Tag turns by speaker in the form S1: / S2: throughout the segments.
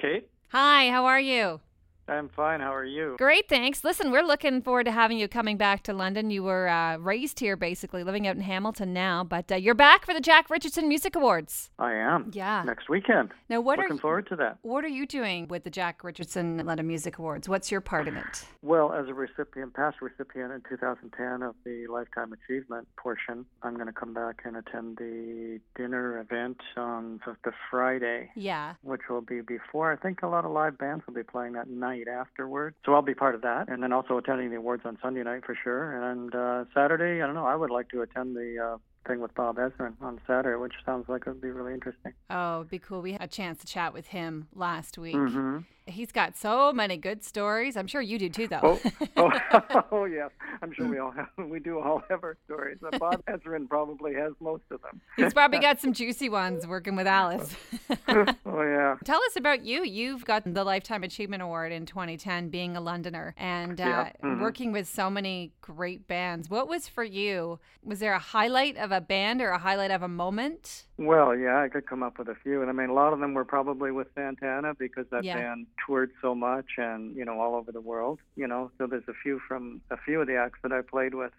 S1: Kate,
S2: Hi, how are you?
S1: I'm fine. How are you?
S2: Great, thanks. Listen, we're looking forward to having you coming back to London. You were uh, raised here, basically, living out in Hamilton now, but uh, you're back for the Jack Richardson Music Awards.
S1: I am.
S2: Yeah.
S1: Next weekend.
S2: Now, what
S1: Looking
S2: are
S1: forward to that.
S2: what are you doing with the Jack Richardson London Music Awards? What's your part in it?
S1: Well, as a recipient, past recipient in 2010 of the Lifetime Achievement portion, I'm going to come back and attend the dinner event on the- the Friday,
S2: Yeah.
S1: which will be before. I think a lot of live bands will be playing that night afterward. So I'll be part of that. And then also attending the awards on Sunday night for sure. And uh, Saturday, I don't know, I would like to attend the. Uh, Thing with Bob Ezrin on Saturday, which sounds like it would be really interesting.
S2: Oh, it'd be cool. We had a chance to chat with him last week.
S1: hmm
S2: He's got so many good stories. I'm sure you do too, though.
S1: Oh, oh, oh yes. I'm sure we all have. We do all have our stories. But Bob Ezrin probably has most of
S2: He's probably got some juicy ones working with Alice.
S1: them. oh yeah.
S2: Tell us about you. You've got the Lifetime Achievement Award in 2010, being a Londoner and uh,
S1: Yeah, mhm.
S2: working with so many great bands. What was for you? Was there a highlight of a band or a highlight of a moment?
S1: Well, yeah, I could come up with a few, and I mean, a lot of them were probably with Santana because that
S2: Yeah.
S1: band toured so much, and you know, all over the world. You know, so there's a few from a few of the acts that I played with,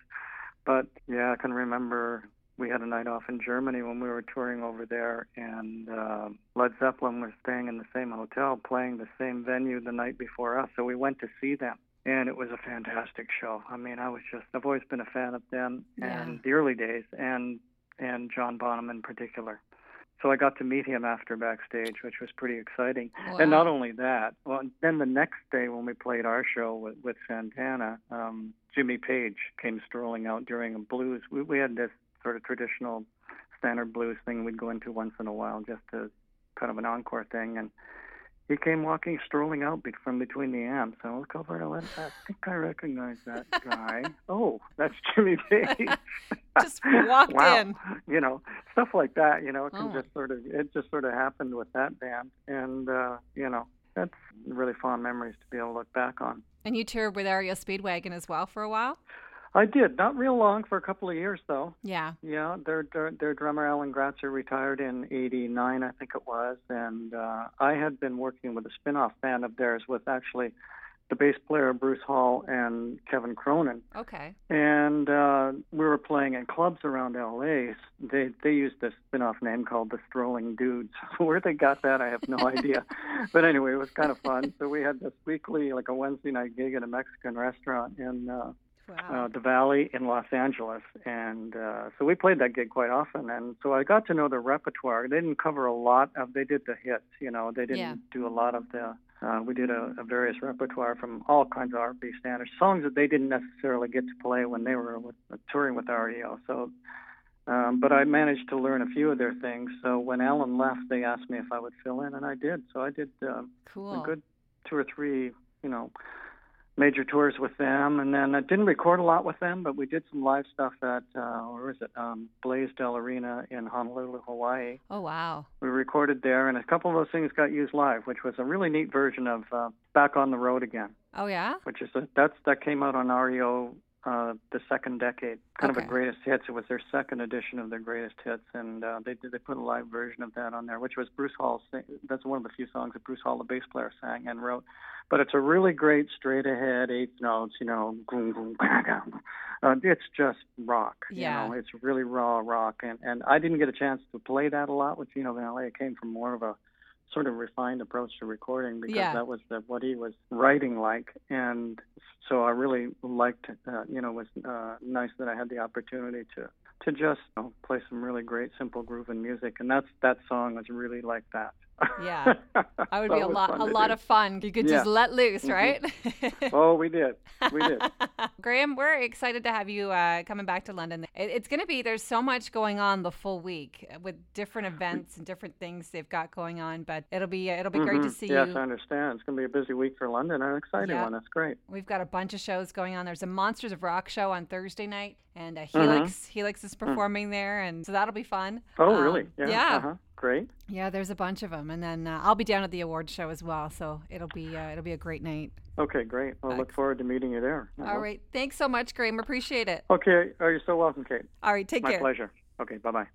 S1: but yeah, I can remember we had a night off in Germany when we were touring over there, and uh, Led Zeppelin was staying in the same hotel, playing the same venue the night before us, so we went to see them. And it was a fantastic show. I mean, I was just—I've always been a fan of them and
S2: Yeah.
S1: the early days, and and John Bonham in particular. So I got to meet him after backstage, which was pretty exciting. And
S2: Wow.
S1: not only that, well, then the next day when we played our show with, with Santana, um, Jimmy Page came strolling out during a blues. We, we had this sort of traditional standard blues thing we'd go into once in a while, just to kind of an encore thing. And he came walking, strolling out be- from between the amps. I look over and I went, I think I recognize that guy. oh, that's Jimmy Page
S2: Just walked
S1: wow.
S2: in.
S1: You know, stuff like that. You know, it
S2: Oh.
S1: can just sort of it just sort of happened with that band, and uh, you know, that's really fond memories to be able to look back on.
S2: And you toured with Ariel Speedwagon as well for a while?
S1: I did not real long for a couple of years though.
S2: Yeah.
S1: Yeah, their their, their drummer Alan Gratzer retired in '89, I think it was, and uh, I had been working with a spin-off band of theirs with actually the bass player Bruce Hall and Kevin Cronin.
S2: Okay.
S1: and uh, we were playing in clubs around LA. They they used a spin-off name called the Strolling Dudes. Where they got that, I have no idea. But anyway, it was kind of fun. So we had this weekly, like a Wednesday night gig at a Mexican restaurant in uh,
S2: Wow.
S1: uh, the Valley in Los Angeles, and uh, so we played that gig quite often. And so I got to know the repertoire. They didn't cover a lot of. They did the hits, you know. They didn't
S2: Yeah.
S1: do a lot of the. Uh, we did a, a various repertoire from all kinds of R&B standards, songs that they didn't necessarily get to play when they were with, uh, touring with REO. So, um, but I managed to learn a few of their things. So when Alan left, they asked me if I would fill in, and I did. So I did. Uh,
S2: cool.
S1: a good two or three, you know, major tours with them. And then I didn't record a lot with them, but we did some live stuff at, uh, where was it, um, Blaisdell Arena in Honolulu, Hawaii.
S2: Oh, wow.
S1: We recorded there, and a couple of those things got used live, which was a really neat version of uh, Back on the Road Again,
S2: Oh, yeah?
S1: which is a, that's that came out on REO. Uh, the second decade, kind of
S2: Okay.
S1: a greatest hits. It was their second edition of their greatest hits, and uh, they did, they put a live version of that on there, which was Bruce Hall. That's one of the few songs that Bruce Hall, the bass player, sang and wrote but it's a really great straight ahead eighth notes, you know. goom, goom, ga, ga. Uh, it's just rock, you
S2: Yeah.
S1: know. It's really raw rock, and and I didn't get a chance to play that a lot with Gino Vanelli. It came from more of a sort of refined approach to recording because
S2: Yeah.
S1: that was the, what he was writing like, and so I really liked, uh, you know, it was uh, nice that I had the opportunity to to just you know, play some really great simple grooving music, and that's that song was really like that.
S2: Yeah. Uh, I would
S1: So
S2: be
S1: it
S2: a
S1: was
S2: lot
S1: fun
S2: a
S1: to
S2: lot
S1: do.
S2: of fun. You could just
S1: Yeah.
S2: let loose,
S1: Mhm.
S2: right?
S1: Oh, we did. We did.
S2: Graham, we're excited to have you uh, coming back to London. It, it's going to be there's so much going on the full week with different events and different things they've got going on. But it'll be it'll be great to
S1: Mhm.
S2: see
S1: yes,
S2: you.
S1: I understand. It's going to be a busy week for London. An exciting
S2: Yeah.
S1: one. That's great.
S2: We've got a bunch of shows going on. There's a Monsters of Rock show on Thursday night, and uh, Helix Helix is performing there, and so that'll be fun.
S1: Mm-hmm. Mm. Oh,
S2: Um,
S1: really? Yeah.
S2: yeah.
S1: Uh-huh. Great.
S2: Yeah, there's a bunch of them, and then uh, I'll be down at the award show as well. So it'll be uh, it'll be a great night.
S1: Okay, great. I'll look
S2: Excellent.
S1: forward to meeting you there. Uh-huh.
S2: All right, thanks so much, Graham. Appreciate it.
S1: Okay. Oh, you're so welcome, Kate.
S2: All right, take
S1: My
S2: care.
S1: pleasure. Okay, bye bye.